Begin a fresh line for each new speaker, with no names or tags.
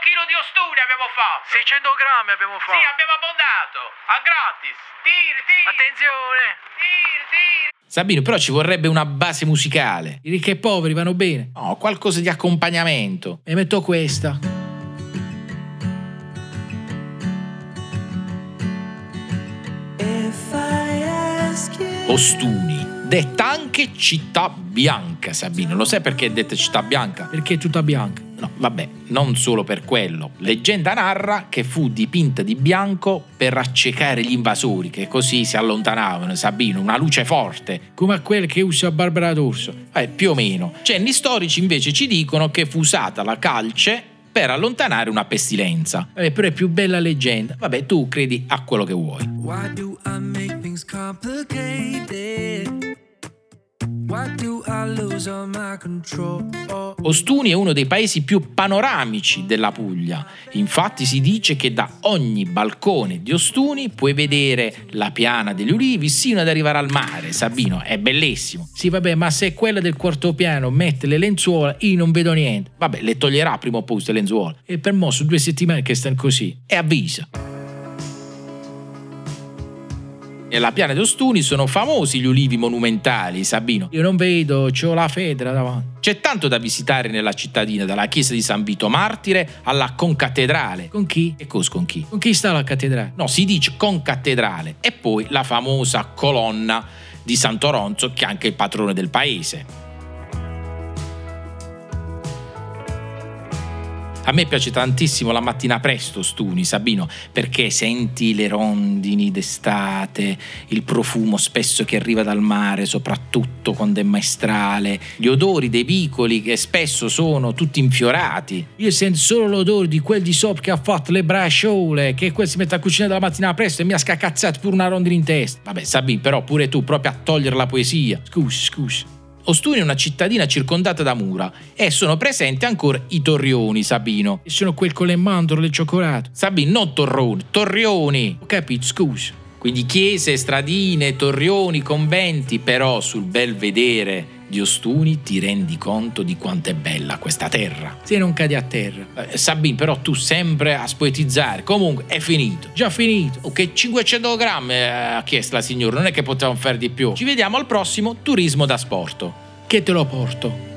chilo di osture abbiamo fatto.
600 grammi abbiamo fatto.
Sì, abbiamo abbondato. A gratis. Tiri, tiri.
Attenzione!
Tiri, tiri.
Sabino, però ci vorrebbe una base musicale.
I ricchi e poveri vanno bene.
No, qualcosa di accompagnamento.
E metto questa.
Ostuni. Detta anche città bianca, Sabino. Lo sai perché è detta città bianca?
Perché è tutta bianca.
No, vabbè, non solo per quello. Leggenda narra che fu dipinta di bianco per accecare gli invasori, che così si allontanavano, Sabino, una luce forte.
Come a quel che usa Barbara D'Orso.
Eh, più o meno. Cenni storici invece ci dicono che fu usata la calce per allontanare una pestilenza.
Vabbè, Eh, però è più bella leggenda.
Vabbè, tu credi a quello che vuoi.
Why do I make things complicated? Why do I lose all my control?
Ostuni è uno dei paesi più panoramici della Puglia. Infatti si dice che da ogni balcone di Ostuni puoi vedere la piana degli ulivi sino ad arrivare al mare. Sabino, è bellissimo.
Sì, vabbè, ma se quella del quarto piano mette le lenzuola, io non vedo niente.
Vabbè, le toglierà prima o poi queste lenzuola.
E per mo' su due settimane che stanno così.
E avvisa. Nella piana di Ostuni sono famosi gli ulivi monumentali, Sabino.
Io non vedo, c'ho la fedra davanti.
C'è tanto da visitare nella cittadina, dalla chiesa di San Vito Martire alla concattedrale.
Con chi?
Che cos con chi?
Con chi sta la cattedrale?
No, si dice concattedrale. E poi la famosa colonna di Santoronzo, che è anche il patrone del paese. A me piace tantissimo la mattina presto, Stuni, Sabino, perché senti le rondini d'estate, il profumo spesso che arriva dal mare, soprattutto quando è maestrale, gli odori dei vicoli che spesso sono tutti infiorati.
Io sento solo l'odore di quel di sopra che ha fatto le bracciole, che quel si mette a cucinare dalla mattina presto e mi ha scaccazzato pure una rondina in testa.
Vabbè, Sabino, però pure tu, proprio a togliere la poesia.
Scusi, scusi.
Ostuni è una cittadina circondata da mura e sono presenti ancora i torrioni, Sabino.
E sono quel con le mandorle e il cioccolato.
Sabino, non torroni, torrioni.
Ho capito, scusi.
Quindi chiese, stradine, torrioni, conventi, però sul bel vedere di Ostuni ti rendi conto di quanto è bella questa terra.
Se non cadi a terra.
Eh, Sabino, però tu sempre a spoetizzare. Comunque, è finito.
Già finito.
Oh, che 500 grammi eh, ha chiesto la signora, non è che potevamo fare di più. Ci vediamo al prossimo Turismo da Sporto.
Che te lo porto?